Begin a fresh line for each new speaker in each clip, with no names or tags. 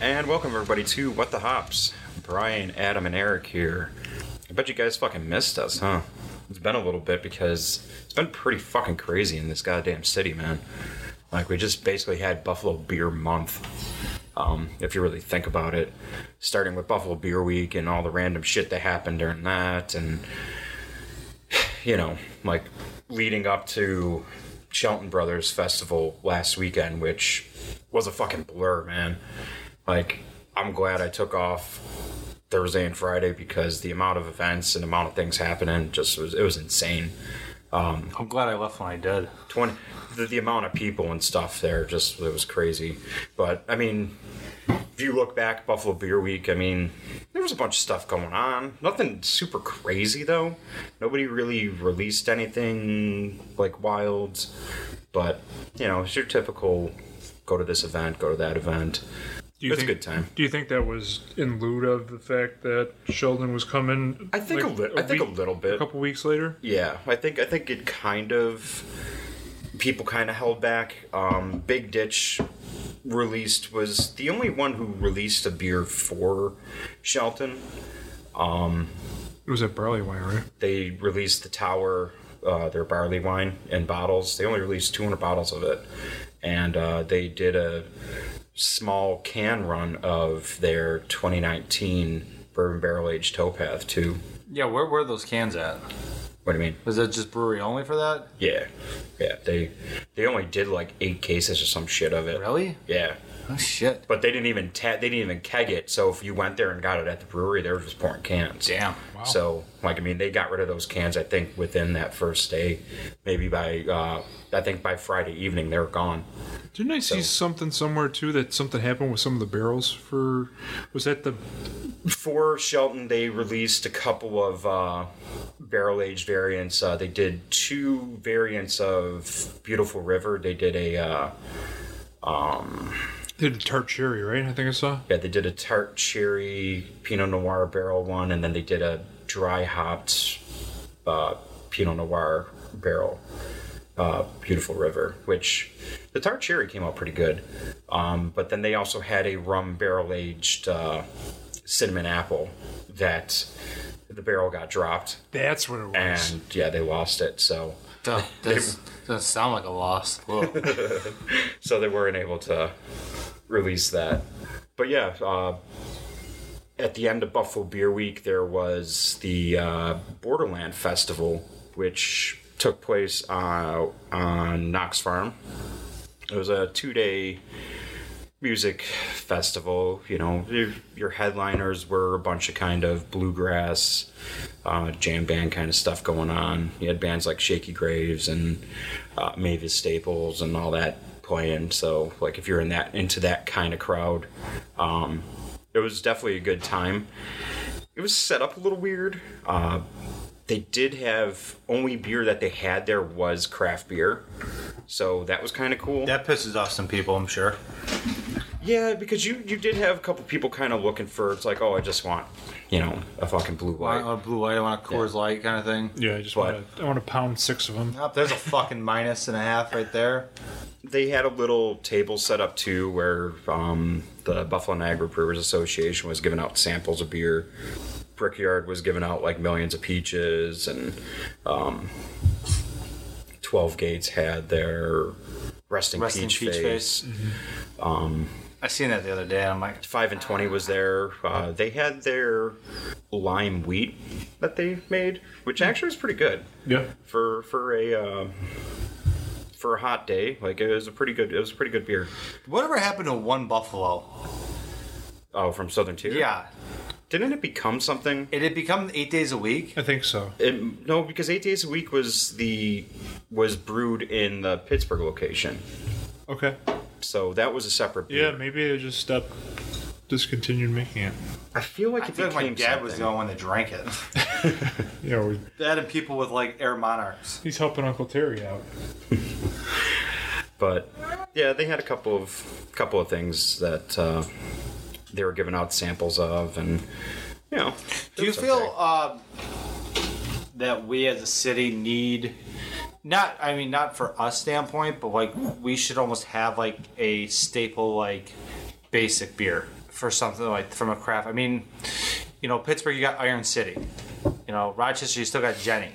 And welcome everybody to What the Hops. Brian, Adam, and Eric here. I bet you guys fucking missed us, huh? It's been a little bit because it's been pretty fucking crazy in this goddamn city, man. Like we just basically had Buffalo Beer Month. Um, if you really think about it, starting with Buffalo Beer Week and all the random shit that happened during that, and you know, like leading up to Shelton Brothers Festival last weekend, which was a fucking blur, man. Like, I'm glad I took off Thursday and Friday because the amount of events and amount of things happening just was it was insane.
I'm glad I left when I did.
20 the, the amount of people and stuff there just it was crazy but i mean if you look back buffalo beer week i mean there was a bunch of stuff going on nothing super crazy though nobody really released anything like wild but you know it's your typical go to this event go to that event
Do you
It's a
think,
good time.
Do you think that was in lieu of the fact that Sheldon was coming?
I think a li- I think a little bit.
a couple weeks later.
Yeah, I think I think it kind of people kind of held back. Um, Big Ditch released was the only one who released a beer for Shelton.
It was at Barley Wine, right?
They released the Tower, uh, their barley wine in bottles. They only released 200 bottles of it, and uh, they did a small can run of their 2019 bourbon barrel aged Towpath too.
Yeah, where were those cans at?
What do you mean?
Was that just brewery only for that?
Yeah, yeah. They they only did like eight cases or some shit of it.
Really?
Yeah,
Oh shit.
but they didn't even ta- they didn't even keg it. So if you went there and got it at the brewery, they were just pouring cans.
Damn.
So like I mean, they got rid of those cans. I think within that first day, maybe by uh, I think by Friday evening they were gone.
Didn't I see something somewhere too that something happened with some of the barrels for? Was that the?
For Shelton, they released a couple of uh, barrel aged variants. Uh, they did two variants of Beautiful River. They did a. Uh,
They did tart cherry, right? I think I saw.
Yeah, they did a tart cherry Pinot Noir barrel one, and then they did a dry hopped uh, Pinot Noir barrel, uh, Beautiful River, which the tart cherry came out pretty good. Um, but then they also had a rum barrel aged uh, cinnamon apple that the barrel got dropped,
That's what it was.
and yeah, they lost it. So
Duh, that's- doesn't sound like a loss. Whoa.
so they weren't able to release that. But yeah, uh, at the end of Buffalo Beer Week, there was the uh, Borderland Festival, which took place uh, on Knox Farm. It was a two-day music festival. You know, your, your headliners were a bunch of kind of bluegrass, uh, jam band kind of stuff going on. You had bands like Shaky Graves and uh, Mavis Staples and all that playing. So, like, if you're in that into that kind of crowd, um, it was definitely a good time. It was set up a little weird. Uh, they did have only beer that they had there was craft beer, so that was kind of cool.
That pisses off some people, I'm sure.
Yeah, because you you did have a couple people kind of looking for it's like, oh, I just want, you know, a fucking blue
I
light.
Uh,
want a blue light, I want a Coors Light kind of thing.
yeah, I just
But-
want to. I want to pound six of them.
Nope, there's a fucking minus and a half right there.
They had a little table set up too, where um, the Buffalo Niagara Brewers Association was giving out samples of beer. Brickyard was giving out like millions of peaches, and um, Twelve Gates had their resting,
Resting
peach,
Peach
face.
Face. I seen that the other day. and I'm like,
Five and Twenty was there. Uh, they had their lime wheat that they made, which actually was pretty good.
Yeah.
for for a um, for a hot day. Like it was a pretty good it was a pretty good beer.
Whatever happened to one buffalo?
Oh, from Southern Tier.
Yeah,
Didn't it become something?
it had become eight days a week.
I think so.
It, no, because eight days a week was the was brewed in the Pittsburgh location,
Okay.
so that was a separate.
Yeah,
Beer.
maybe I just stopped discontinued making it.
I feel like
I
it
feel like my
became
dad was the
something.
only one that drank it.
You know, we-
that and people with like air monarchs.
he's helping Uncle Terry out.
but yeah, they had a couple of couple of things that uh, they were giving out samples of, and you know.
Do you
it's
feel
okay.
um, that we as a city need not? I mean, not for us standpoint, but like we should almost have like a staple like basic beer for something like from a craft. I mean, you know, Pittsburgh, you got Iron City. You know, Rochester, you still got Jenny.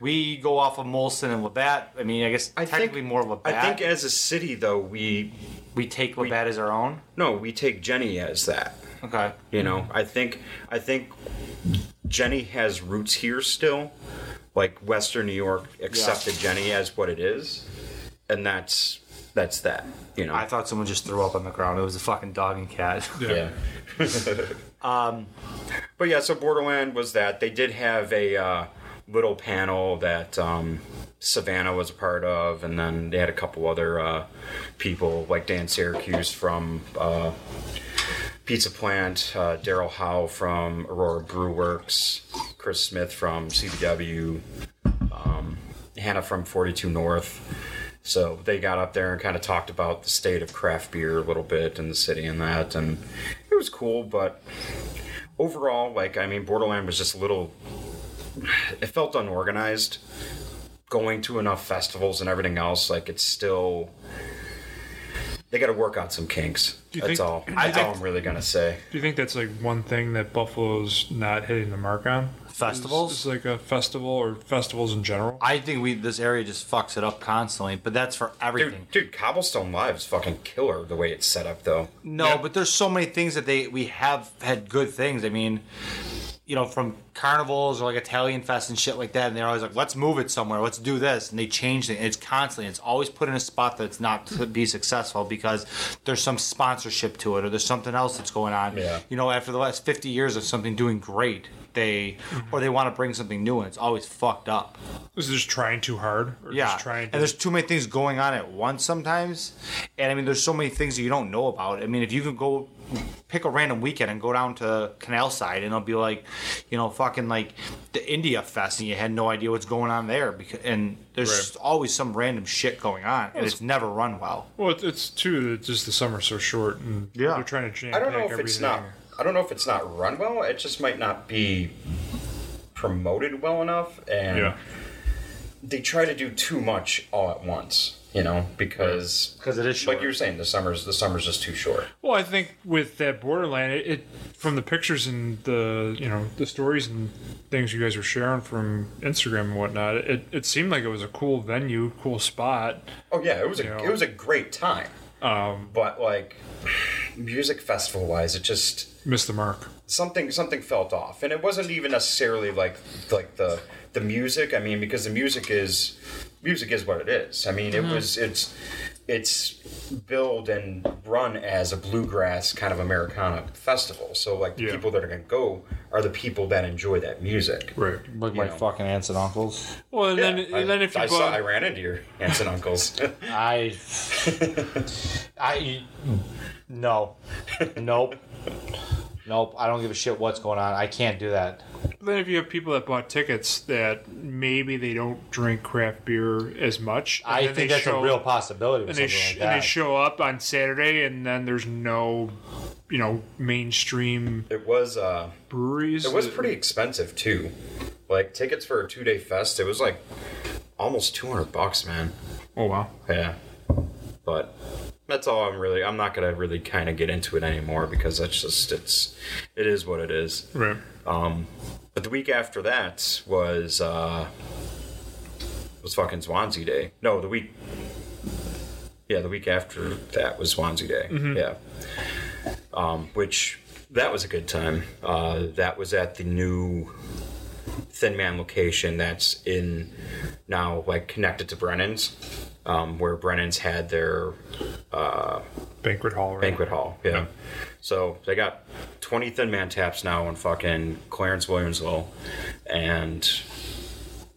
We go off of Molson and Labatt. I mean, I guess
I
technically
think,
more Labatt.
I think as a city, though, we
we take Labatt as our own.
no, we take Jenny as that.
Okay.
You know, I think I think Jenny has roots here still. Like Western New York accepted Jenny as what it is, and that's that's that. You know.
I thought someone just threw up on the ground. It was a fucking dog and cat.
yeah. Um, but yeah, so Borderland was that. They did have a uh, little panel that um, Savannah was a part of, and then they had a couple other uh, people like Dan Syracuse from uh, Pizza Plant, uh, Daryl Howe from Aurora Brew Works, Chris Smith from CBW, um, Hannah from 42 North. So they got up there and kind of talked about the state of craft beer a little bit and the city and that, and it was cool. But overall, like I mean, Borderland was just a little. It felt unorganized. Going to enough festivals and everything else, like it's still. They got to work out some kinks.
you
That's
think-
all. That's all I'm really gonna say.
Do you think that's like one thing that Buffalo's not hitting the mark on?
Festivals?
It's like a festival or festivals in general.
I think we this area just fucks it up constantly, but that's for everything.
Dude, dude, Cobblestone Live is fucking killer the way it's set up, though.
no, but there's so many things that they we have had good things. I mean, you know, from carnivals or like Italian fest and shit like that, and they're always like, "Let's move it somewhere. Let's do this," and they change it. It's constantly. It's always put in a spot that's not to be successful because there's some sponsorship to it or there's something else that's going on.
Yeah.
You know, after the last 50 years of something doing great, they or they want to bring something new, and it's always fucked up.
Is it just trying too hard? Or
Yeah,
Just trying
and there's too many things going on at once sometimes, and I mean, there's so many things that you don't know about. I mean, if you could go pick a random weekend and go down to Canal Side, and it'll be like, you know, fucking like the India Fest, and you had no idea what's going on there because, and there's
Right.
always some random shit going on, and it's never run well.
well, it's, it's too that just the summer's so short and
Yeah.
they're trying to jam
I don't know if
everything.
it's not. I don't know if it's not run well. It just might not be promoted well enough, and
Yeah.
they try to do too much all at once. You know, because
'Cause it is
like
short.
you were saying, the summers the summers just too short.
Well, I think with that Borderland, it, it from the pictures and the you know the stories and things you guys were sharing from Instagram and whatnot, it, it seemed like it was a cool venue, cool spot.
Oh yeah, it was a
Yeah.
it was a great time,
Um,
but like music festival wise, it just
missed the mark.
something something felt off and it wasn't even necessarily like like the the music i mean because the music is music is what it is i mean
Mm-hmm.
it was it's it's billed and run as a bluegrass kind of americana festival so like the
Yeah.
people that are going to go are the people that enjoy that music
Right.
Like
my know.
fucking aunts and uncles.
Well, and
Yeah,
then and then if you
I, I
go
saw
out-
I ran into your aunts and uncles.
I, I, no, nope, nope. I don't give a shit what's going on. I can't do that.
Then if you have people that bought tickets that maybe they don't drink craft beer as much, and
I
then they
think that's
show-
a real possibility. With
And they,
something
sh-
like
and they
that.
show up on Saturday, and then there's no, you know, mainstream
it was uh
breweries.
it was
that-
pretty expensive too. Like tickets for a two day fest, it was like almost two hundred bucks, man.
Oh wow.
Yeah. But that's all I'm really I'm not gonna really kinda get into it anymore because that's just it's it is what it is.
Right.
Um but the week after that was uh was fucking Swansea Day. No, the week Yeah, the week after that was Swansea Day. Yeah. Um which that was a good time. Uh that was at the new Thin Man location that's in now like connected to Brennan's. Um, where Brennan's had their
Banquet hall. Right.
banquet hall. Yeah. So they got 20 Thin Man taps now in fucking Clarence Williamsville. And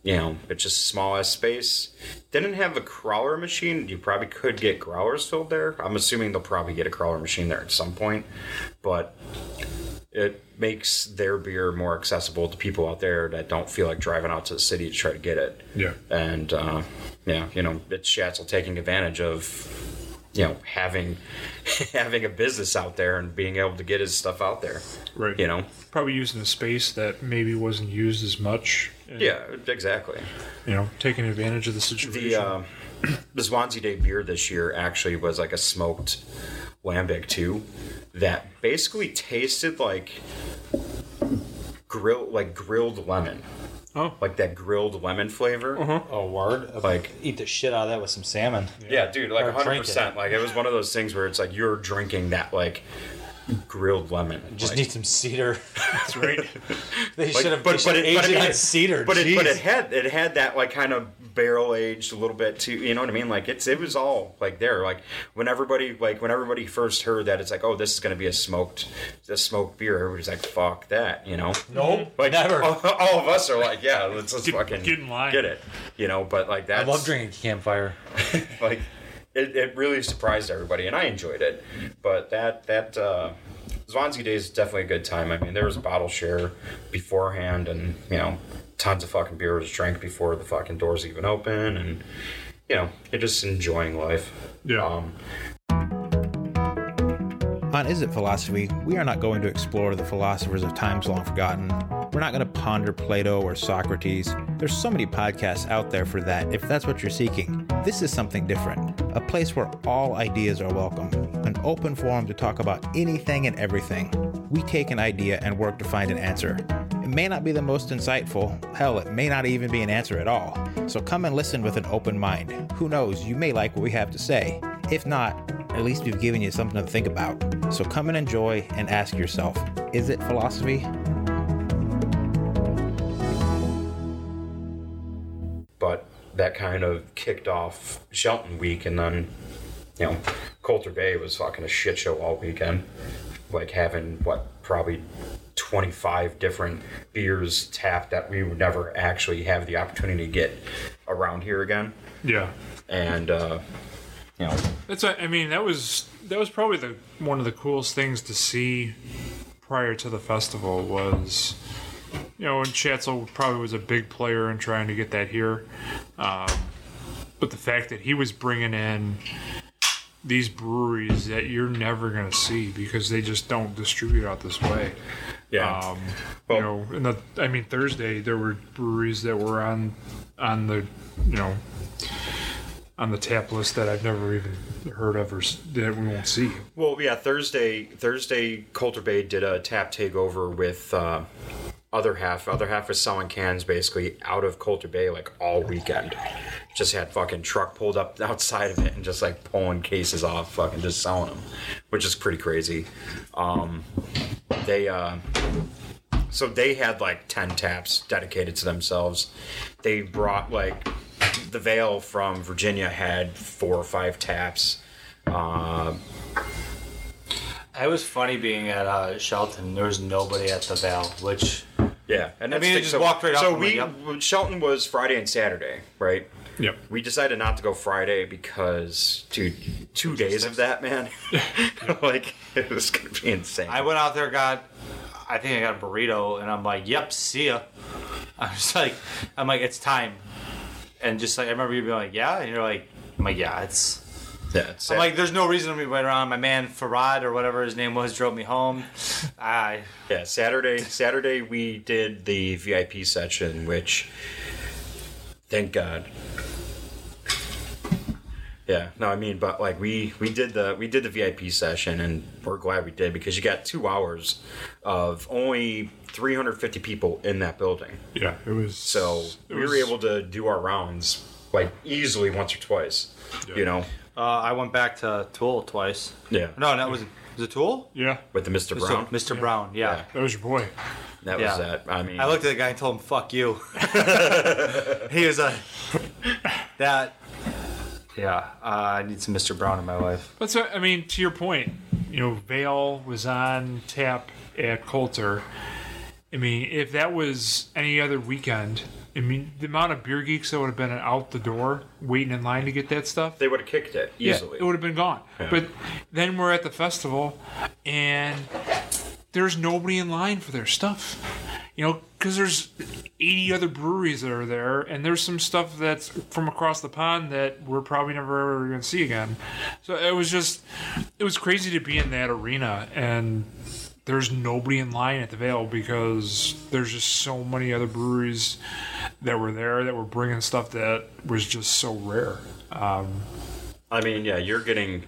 you know, it's just a small ass space. Didn't have a crawler machine. You probably could get growlers filled there. I'm assuming they'll probably get a crawler machine there at some point, but it makes their beer more accessible to people out there that don't feel like driving out to the city to try to get it.
Yeah.
And uh, yeah, you know, it's Shatzel taking advantage of you know having having a business out there and being able to get his stuff out there.
Right.
You know.
Probably using a space that maybe wasn't used as much. and,
Yeah, exactly.
You know, taking advantage of the situation.
The uh, the Swansea Day beer this year actually was like a smoked lambic too, that basically tasted like grill like grilled lemon,
oh,
like that grilled lemon flavor.
Oh, word. I'd
Like-
eat the shit out of that with some salmon.
Yeah, dude, like
Or drink
100. percent
it.
Like it was one of those things where it's like you're drinking that like grilled lemon.
Just
like,
need some cedar.
that's right.
They
like,
should have but, but
but
aging
had-
in cedar.
But it, but it
jeez.
had it had that like kind of barrel aged a little bit too. You know what I mean? Like it's it was all like there. Like when everybody like when everybody first heard that, it's like oh this is gonna be a smoked a smoked beer. Everybody's like fuck that. You know?
Mm-hmm.
nope,
Like
never.
All, all of us are like yeah let's just
Get-
fucking
get in line.
get it. You know? But like
I
that's
love drinking campfire.
like it, it really surprised everybody and i enjoyed it but that that uh Swansea Day is definitely a good time. I mean, there was a bottle share beforehand, and you know, tons of fucking beer was drank before the fucking doors even open, and you know, you're just enjoying life.
Yeah.
Um,
On Is It Philosophy, we are not going to explore the philosophers of times long forgotten. We're not going to ponder Plato or Socrates. There's so many podcasts out there for that if that's what you're seeking. This is something different, a place where all ideas are welcome, an open forum to talk about anything and everything. We take an idea and work to find an answer. It may not be the most insightful, hell, it may not even be an answer at all. So come and listen with an open mind. Who knows, you may like what we have to say. If not, at least we've given you something to think about. So come and enjoy and ask yourself is it philosophy?
but that kind of kicked off Shelton week, and then you know, Coulter Bay was fucking a shit show all weekend. Like having what probably twenty five different beers tapped that we would never actually have the opportunity to get around here again,
yeah.
and uh, you know,
That's what, I mean that was that was probably the one of the coolest things to see prior to the festival was you know and Chancel probably was a big player in trying to get that here, um, but the fact that he was bringing in these breweries that you're never gonna see because they just don't distribute out this way.
yeah,
Um,
Well-
you know, and the, I mean Thursday there were breweries that were on on the you know on the tap list that I've never even heard of or s- that we won't see.
Well, yeah, Thursday. Thursday, Coulter Bay did a tap takeover with uh, other half. Other half was selling cans basically out of Coulter Bay like all weekend. Just had fucking truck pulled up outside of it and just like pulling cases off, fucking just selling them, which is pretty crazy. Um, they uh, so they had like ten taps dedicated to themselves. They brought like the Vale from Virginia had four or five taps. Uh,
It was funny being at uh, Shelton. There was nobody at the Val, which
Yeah, and
I mean,
that's the-
it just walked right up
So
and went,
we Shelton was Friday and Saturday, right?
Yep.
We decided not to go Friday because dude, two days of that, man, like it was gonna be insane.
I went out there, got, I think I got a burrito, and I'm like, "Yep, see ya." I'm just like, I'm like, it's time, and just like I remember you being like, "Yeah," and you're like, "I'm like, yeah, it's."
yeah, it's
I'm like, there's no reason to be waiting around. My man Farad or whatever his name was drove me home. I
Yeah, Saturday. Saturday we did the VIP section, which thank God. Yeah, no, I mean, but like we we did the we did the VIP session, and we're glad we did because you got two hours of only 350 people in that building,
Yeah, it was.
so
it
we
was-
were able to do our rounds like easily once or twice, you know.
uh, I went back to Tool twice.
Yeah,
No, that was was it Tool?
Yeah,
with the Mr.
Mr.
Brown,
Mr. Brown. Yeah.
that was your boy.
that
yeah.
was that. I mean,
I looked at the guy and told him, "Fuck you." he was a that. Yeah, uh, I need some Mr. Brown in my life.
But so, I mean, to your point, you know, Vale was on tap at Coulter. I mean, if that was any other weekend, I mean, the amount of beer geeks that would have been out the door waiting in line to get that stuff.
They would have kicked it easily.
Yeah, it would have been gone. But then we're at the festival, and there's nobody in line for their stuff. You know, because there's 80 other breweries that are there, and there's some stuff that's from across the pond that we're probably never ever going to see again. So it was just, it was crazy to be in that arena, and there's nobody in line at the Vale because there's just so many other breweries that were there that were bringing stuff that was just so rare.
I mean, yeah, you're getting,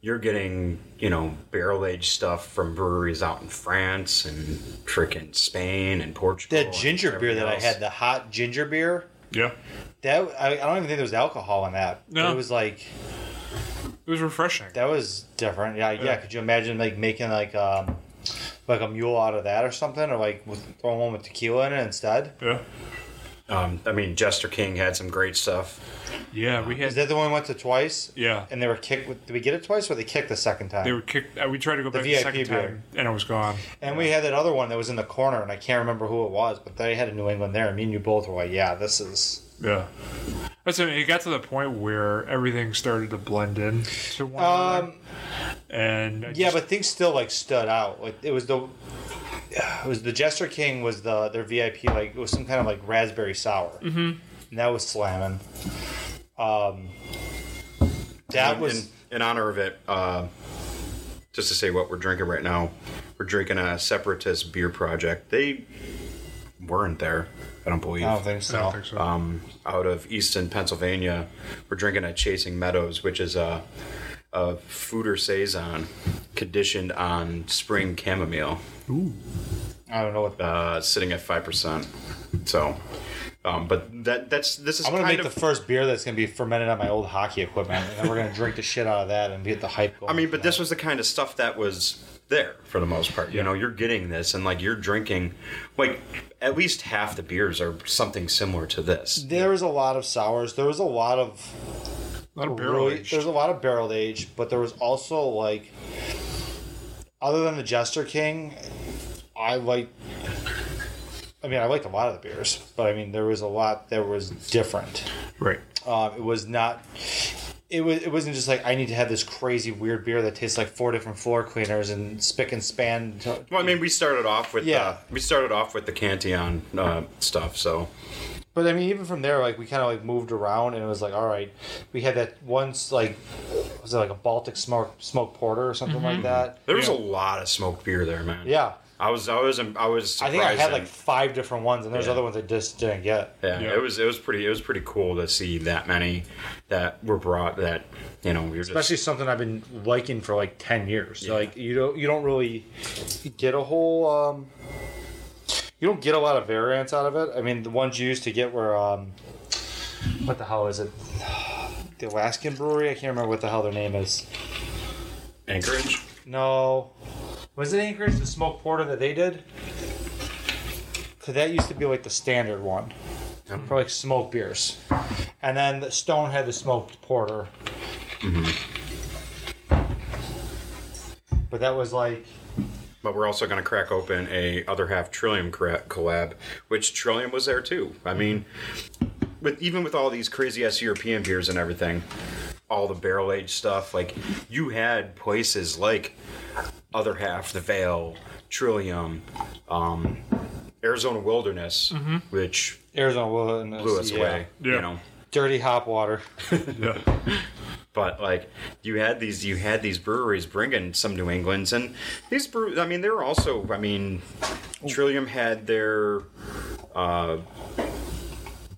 you're getting, you know, barrel aged stuff from breweries out in France and frickin' Spain and Portugal.
That
and
ginger beer that I
everywhere
had,
else.
the hot ginger beer,
Yeah.
that I, I don't even think there was alcohol in that. but
No.
It was like
It was refreshing.
that was different. Yeah, yeah. Could you imagine like making like um like a mule out of that or something, or like with, throwing one with tequila in it instead?
Yeah.
Um, I mean, Jester King had some great stuff.
Yeah, we had.
Is that the one we went to twice?
Yeah.
And they were kicked. with- Did we get it twice, or they kicked the second time?
They were kicked. uh, We tried to go back the,
VIP
second
beer.
time, and it was gone.
and we had that other one that was in the corner, and I can't remember who it was, but they had a New England there, and me and you both were like, "Yeah, this is."
Yeah. That's I mean, it got to the point where everything started to blend in to one another.
Um,
And I
yeah,
just-
but things still like stood out. Like it was the, it was the Jester King was the their VIP like it was some kind of like raspberry sour, mm-hmm. and that was slamming. Um, that
in,
was
in, in honor of it. Uh, just to say what we're drinking right now, we're drinking a separatist beer project. They weren't there, I don't believe.
I don't think
I
so.
don't think so.
um, out of Easton, Pennsylvania. We're drinking at Chasing Meadows, which is a, a fooder saison conditioned on spring chamomile,
I don't know what.
uh, sitting at five percent. So, um, but that that's this is
I'm gonna
kind
make
of.
the first beer that's gonna be fermented on my old hockey equipment, and then we're gonna drink the shit out of that and get the hype going.
I mean, but this was the kind of stuff that was there for the most part. You know, you're getting this, and like you're drinking, like at least half the beers are something similar to this.
there was a lot of sours. There was a lot of
a lot of barrel
really
aged.
there's a lot of barrel age, but there was also like other than the Jester King, I like I mean I liked a lot of the beers, but I mean there was a lot that was different.
Right.
Um, it was not it was it wasn't just like I need to have this crazy weird beer that tastes like four different floor cleaners and spick and span to-
Well, I mean, we started off with
Yeah.
uh, we started off with the Canteon uh, stuff, so
But I mean, even from there, like we kind of like moved around, and it was like, all right, we had that once like was it like a Baltic smoke smoke porter or something
Mm-hmm.
like that?
there was a lot of smoked beer there, man.
Yeah,
I was, I was, I was.
I
Surprised
think I had like
and-
five different ones, and there's other ones I just didn't get.
yeah,
Yeah.
It was, it was pretty, it was pretty cool to see that many that were brought. That you know, you're
Especially something I've been liking for like ten years. So, Like you don't you don't really get a whole um, you don't get a lot of variants out of it. I mean, the ones you used to get were um, what the hell is it? The Alaskan brewery. I can't remember what the hell their name is.
just Anchorage.
No. Was it Anchorage the smoke porter that they did? Cause that used to be like the standard one for like smoke beers, and then the Stone had the smoked porter.
Mm-hmm.
But that was like
But we're also going to crack open a other half Trillium cra- collab, which Trillium was there too. I mean, with even with all these crazy ass European beers and everything, all the barrel aged stuff, like you had places like other half, the Vale, Trillium, um, Arizona Wilderness, which
Arizona Wilderness,
blew us
yeah.
away.
Yeah.
You know.
Dirty hop water.
but like you had these you had these breweries bringing some new englands and these brew i mean they were also i mean trillium had their uh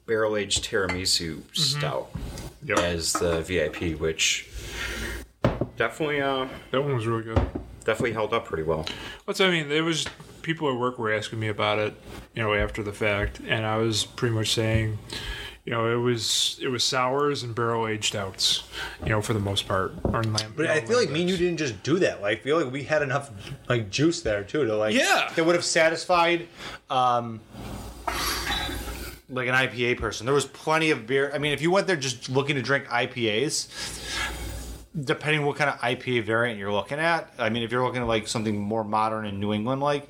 barrel aged tiramisu
Mm-hmm.
stout
Yep.
as the vip which definitely uh
That one was really good.
definitely held up pretty well
That's what I mean. There was people at work were asking me about it, you know, after the fact, and I was pretty much saying, you know, it was it was sours and barrel aged outs, you know, for the most part. Or lamb,
But I feel like me and you didn't just do that. Like, I feel like we had enough like juice there too to like
Yeah.
It would have satisfied um like an IPA person. There was plenty of beer. I mean, if you went there just looking to drink IPAs, depending what kind of IPA variant you're looking at. I mean, if you're looking at like something more modern and New England like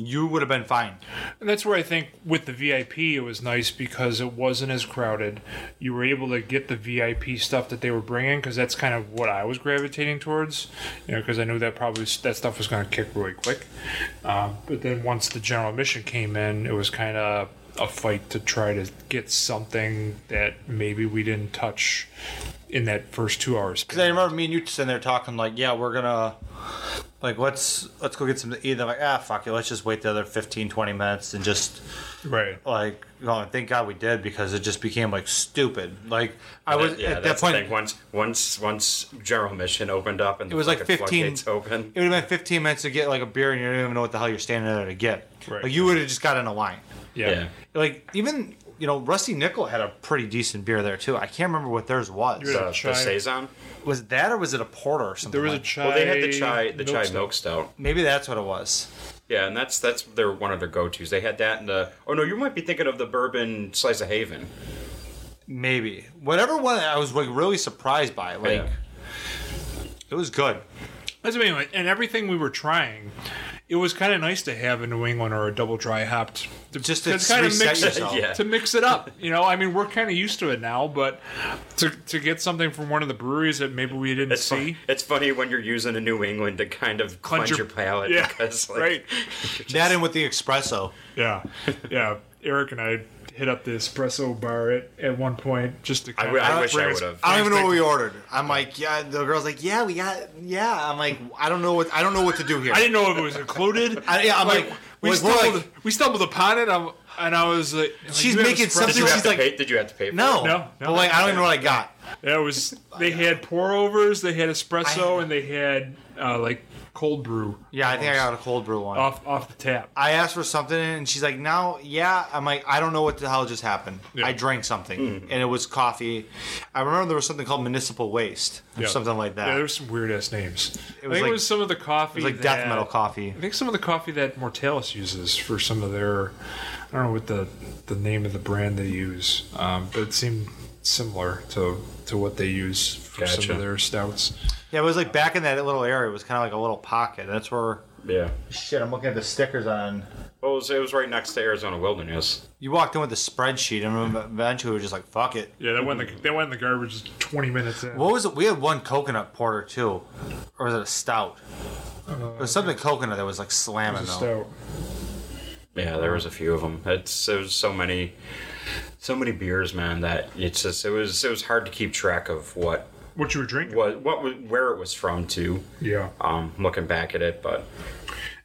you would have been fine.
And that's where I think with the VIP it was nice because it wasn't as crowded. You were able to get the VIP stuff that they were bringing because that's kind of what I was gravitating towards, you know, because I knew that probably that stuff was going to kick really quick. Uh, but then once the general admission came in, it was kind of a fight to try to get something that maybe we didn't touch in that first two hours.
Because I remember me and you sitting there talking like, yeah, we're gonna like let's let's go get some to eat. And I'm like, ah, fuck it, let's just wait the other 15, 20 minutes and just
Right.
like, oh, thank God we did because it just became like stupid. Like I was
yeah,
at that
that's the
point.
thing. Once, once, once General Mission opened up and
It was like 15
open.
It would have been 15 minutes to get like a beer and you don't even know what the hell you're standing there to get.
Right.
Like you would have just got in a line.
Yeah.
Yeah.
Like even you know Rusty Nickel had a pretty decent beer there too. I can't remember what theirs was.
You're
The,
Yeah,
the
chai.
saison.
Was it that or was it a porter or something?
There was a
like-
chai.
Well, they had the chai, the
milk
chai
stout.
milk stout.
Maybe that's what it was.
Yeah, and that's that's their one of their go tos. They had that in the. Oh no, you might be thinking of the bourbon slice of Haven.
Maybe whatever one I was like really surprised by. Like
Yeah.
it was good.
That's what I mean. like, And everything we were trying, it was kind of nice to have a New England or a double dry hopped. To,
Just to
kinda
reset
mix it,
yourself.
Yeah.
to mix it up. You know, I mean, we're kind of used to it now, but to, to get something from one of the breweries that maybe we didn't
It's
see.
fun, It's funny when you're using a New England to kind of cleanse, your, palate
Yeah,
because like
right.
That and with the espresso.
Yeah, yeah. Eric and I hit up the espresso bar at, at one point just to.
I, w- I wish I would have.
I don't even know what we ordered. I'm like, yeah. The girl's like, yeah, we got, yeah. I'm like, I don't know what I don't know what to do here.
I didn't know if it was included.
I- yeah, I'm like,
we
like, we're
stumbled,
like-
we stumbled upon it, I'm, and I was like, like,
She's
you have
making
espresso?
something-
Did you, have
she's
to
like-
pay, did you have to pay for
No,
No, no.
But like, I don't even know what I got.
Yeah, it was. They had pour overs, they had espresso, and they had uh, like cold brew
Yeah, I think I got a cold brew one.
off off the tap.
I asked for something and she's like, "No, yeah." I'm like, "I don't know what the hell just happened.
Yeah.
I drank something and it was coffee. I remember there was something called municipal waste or
Yeah.
something like
Yeah,
that.
there's some weird ass names.
It
I
was
think
like-
it was some of the coffee.
it was like death
that-
metal coffee.
I think some of the coffee that Mortalis uses for some of their, I don't know what the the name of the brand they use, um, but it seemed similar to to what they use for some
Gotcha.
of their stouts.
Yeah, it was like back in that little area. It was kind of like a little pocket. That's where
Yeah.
shit. I'm looking at the stickers on.
Well, it was, it was right next to Arizona Wilderness.
You walked in with a spreadsheet and eventually we were just like, "Fuck it."
Yeah, that went in the, that went in the garbage twenty minutes in.
What was it? We had one coconut porter too, or was it a stout? it was something coconut that was like slamming
The stout.
though.
Yeah, there was a few of them. It's there was so many, so many beers, man. That it's just it was it was hard to keep track of what
What you were drinking?
what what was- where it was from too.
Yeah,
Um, looking back at it, but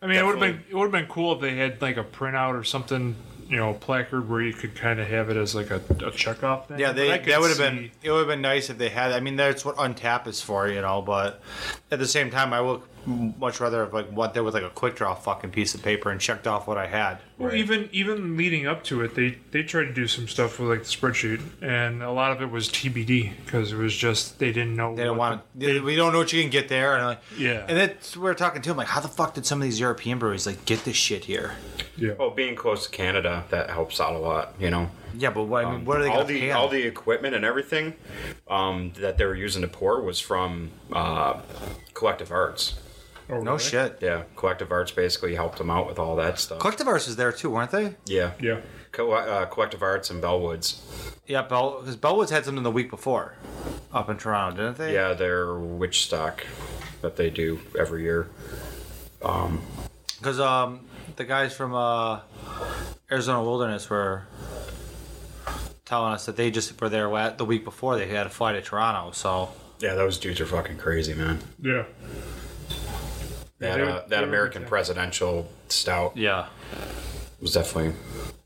I mean, it would have been it would have been cool if they had like a printout or something, you know, placard where you could kind of have it as like a, a checkoff thing.
Yeah,
But
they
I could
that would have
see-
been it would have been nice if they had. I mean, that's what Untap is for, you know. But at the same time, I would much rather have like what there was like a quick draw fucking piece of paper and checked off what I had.
Well, even even leading up to it, they they tried to do some stuff with like the spreadsheet, and a lot of it was TBD because it was just they didn't know.
They don't
what
want to. We don't know what you can get there, and like,
Yeah.
And that's we're talking to him like, how the fuck did some of these European breweries like get this shit here? Oh,
well, oh, being close to Canada that helps out a lot. You know,
Yeah, but what, I mean, what are they
all
going
the
to
all the equipment and everything um, that they were using to pour was from uh, Collective Arts.
the-
No shit.
Yeah, Collective Arts basically helped them out with all that stuff.
Collective Arts was there too, weren't they?
yeah,
Yeah,
Co- uh, Collective Arts and Bellwoods.
Yeah, Bell because Bellwoods had something the week before, up in Toronto, didn't they?
Yeah, their witch stock that they do every year.
Because um, the guys from uh, Arizona Wilderness were telling us that they just were there la- the week before. They had a flight to Toronto, so
Yeah, those dudes are fucking crazy, man.
yeah.
That
They-
uh,
they
that
were
American
good.
presidential stout
yeah,
was definitely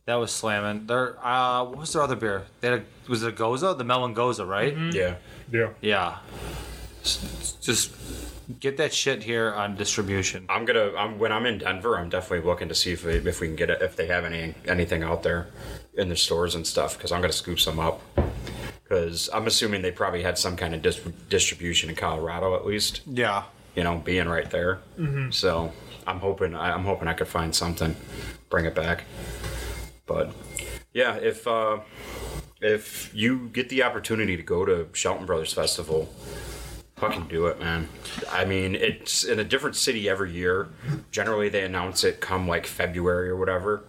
that was slamming. Their uh, what was their other beer? They had a, was it a Goza, the Melon Goza, right?
yeah.
Yeah,
Yeah. S- Just get that shit here on distribution.
I'm gonna I'm when I'm in Denver, I'm definitely looking to see if we, if we can get it if they have any anything out there in the stores and stuff because I'm gonna scoop some up because I'm assuming they probably had some kind of dis- distribution in Colorado at least
Yeah.
you know being right there. So I'm hoping I, I'm hoping I could find something, bring it back. But yeah, if uh, if you get the opportunity to go to Shelton Brothers Festival, Fucking do it, man. I mean, it's in a different city every year. Generally, they announce it come like February or whatever.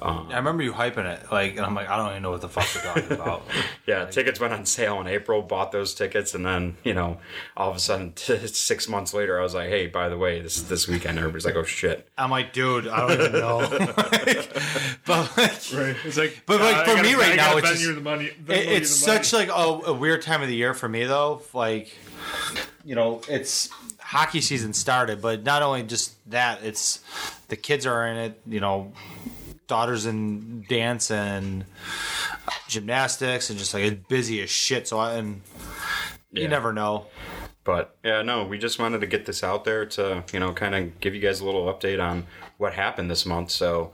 I remember you hyping it, like, and I'm like, I don't even know what the fuck you're talking about.
Yeah, tickets went on sale in April, bought those tickets, and then, you know, all of a sudden, six months later, I was like, hey, by the way, this is this weekend. Everybody's like, oh shit.
I'm like, dude, I don't even know. but like,
Right. It's like,
But, like,
I
for
gotta-
me right
I
now,
gotta
it's
Venmo
just-
you the money. Venmo
it-
you
it's
the money.
such like a, a weird time of the year for me though. Like, you know, it's hockey season started, but not only just that, it's the kids are in it. You know, daughters in dance and gymnastics, and just like it's busy as shit. So I and
Yeah.
you never know.
But yeah, no, we just wanted to get this out there to, you know, kind of give you guys a little update on what happened this month. So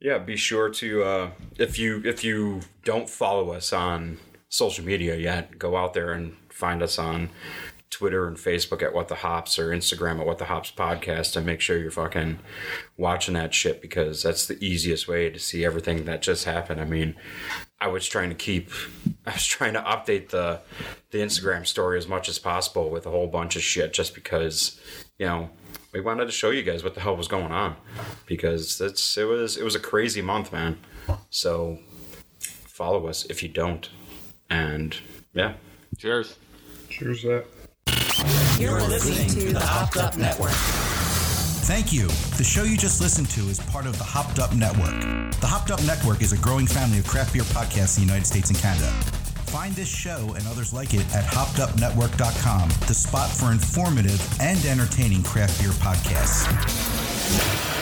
yeah, be sure to uh if you if you don't follow us on social media yet, go out there and find us on Twitter and Facebook at What the Hops or Instagram at What the Hops Podcast and make sure you're fucking watching that shit because that's the easiest way to see everything that just happened. I mean, I was trying to keep, I was trying to update the the Instagram story as much as possible with a whole bunch of shit, just because, you know, we wanted to show you guys what the hell was going on, because it's it was it was a crazy month, man. So follow us if you don't, and yeah,
Cheers.
Choose that.
You're listening to the Hopped Up Network.
Thank you. The show you just listened to is part of the Hopped Up Network. The Hopped Up Network is a growing family of craft beer podcasts in the United States and Canada. Find this show and others like it at hoppedupnetwork.com, the spot for informative and entertaining craft beer podcasts.